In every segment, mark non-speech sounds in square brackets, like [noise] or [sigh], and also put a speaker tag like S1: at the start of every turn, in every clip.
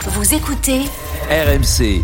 S1: Vous écoutez
S2: RMC.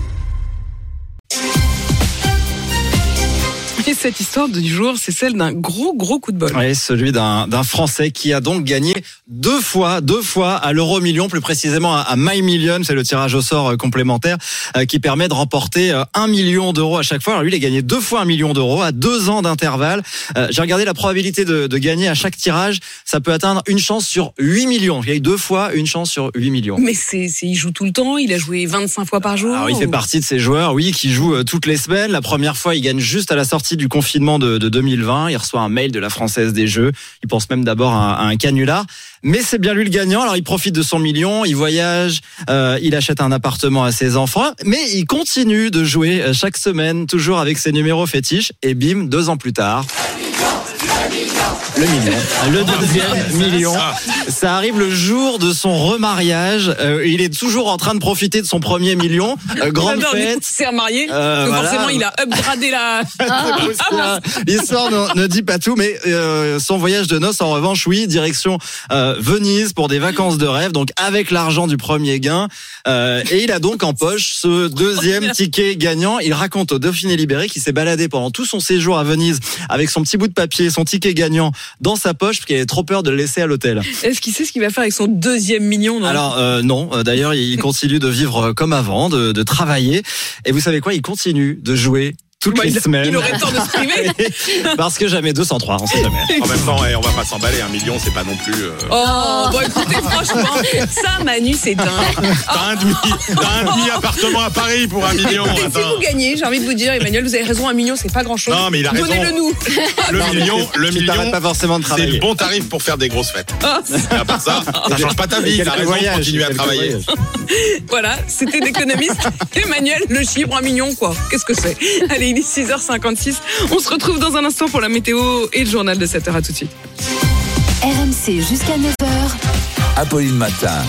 S3: Et cette histoire du jour, c'est celle d'un gros, gros coup de bol.
S4: Oui, celui d'un d'un Français qui a donc gagné deux fois, deux fois à l'euro million, plus précisément à, à My Million. C'est le tirage au sort euh, complémentaire euh, qui permet de remporter euh, un million d'euros à chaque fois. Alors lui, il a gagné deux fois un million d'euros à deux ans d'intervalle. Euh, J'ai regardé la probabilité de, de gagner à chaque tirage. Ça peut atteindre une chance sur 8 millions. Il y a eu deux fois une chance sur 8 millions.
S3: Mais c'est, c'est- il joue tout le temps, il a joué 25 fois par jour.
S4: Alors, Ah il fait partie de ces joueurs, oui, qui jouent euh, toutes les semaines. La première fois, il gagne juste à la sortie du confinement de, de 2020. Il reçoit un mail de la Française des Jeux. Il pense même d'abord à, à un canular. Mais c'est bien lui le gagnant. Alors, il profite de son million, il voyage, euh, il achète un appartement à ses enfants. Mais il continue de jouer euh, chaque semaine, toujours avec ses numéros fétiches. Et bim, deux ans plus tard. Le million. Le deuxième million. Ça arrive le jour de son remariage. Euh, il est toujours en train de profiter de son premier million. Euh, grande
S3: J'adore, du coup,
S4: fête.
S3: il s'est remarié.
S4: Euh,
S3: donc
S4: voilà.
S3: forcément, il a upgradé
S4: [laughs]
S3: la.
S4: C'est possible.
S3: ah,
S4: L'histoire ne, ne dit pas tout, mais euh, son voyage de noces, en revanche, oui, direction euh, Venise pour des vacances de rêve, donc avec l'argent du premier gain. Euh, et il a donc en poche ce deuxième ticket gagnant. Il raconte au Dauphiné Libéré qu'il s'est baladé pendant tout son séjour à Venise avec son petit bout de papier, son ticket gagnant dans sa poche, parce qu'il avait trop peur de le laisser à l'hôtel.
S3: Est-ce qu'il sait ce qu'il va faire avec son deuxième million non
S4: Alors euh, non, Euh, d'ailleurs il continue de vivre euh, comme avant, de, de travailler. Et vous savez quoi, il continue de jouer toutes
S3: Bah,
S4: les
S3: il,
S4: semaines.
S3: il aurait tort de se
S4: [laughs]
S3: priver.
S4: Parce que jamais 203, on sait jamais.
S5: [laughs] En même temps, eh, on va pas s'emballer, un million, c'est pas non
S4: [laughs]
S5: plus. euh,
S3: Oh, bon, écoutez, franchement, ça, Manu, c'est
S4: Ah,
S3: dingue.
S5: T'as un demi, t'as un demi appartement à Paris pour
S4: [laughs]
S5: un million.
S3: Et si
S5: attends.
S3: vous gagnez, j'ai envie de vous dire, Emmanuel, vous avez raison, un million, c'est pas grand-chose.
S5: Non, mais il a raison.
S3: Donnez-le
S4: [laughs]
S3: nous.
S5: Le million, le
S4: Tu t'arrêtes
S5: million,
S4: pas forcément de
S5: c'est le
S4: travailler.
S5: bon tarif pour faire des grosses fêtes.
S3: Ah,
S5: Et à
S4: [laughs]
S5: part ça, ça change pas ta vie.
S4: Quelques
S5: T'as raison,
S4: voyages,
S5: continuer à
S4: quelques
S5: travailler.
S4: voyages.
S3: [laughs] Voilà, c'était l'économiste [laughs] Emmanuel Le Chibre, un million quoi. Qu'est-ce que c'est Allez, il est 6h56. On se retrouve dans un instant pour la météo et le journal de 7h à tout de suite.
S1: RMC jusqu'à 9h.
S2: Apolline Matin.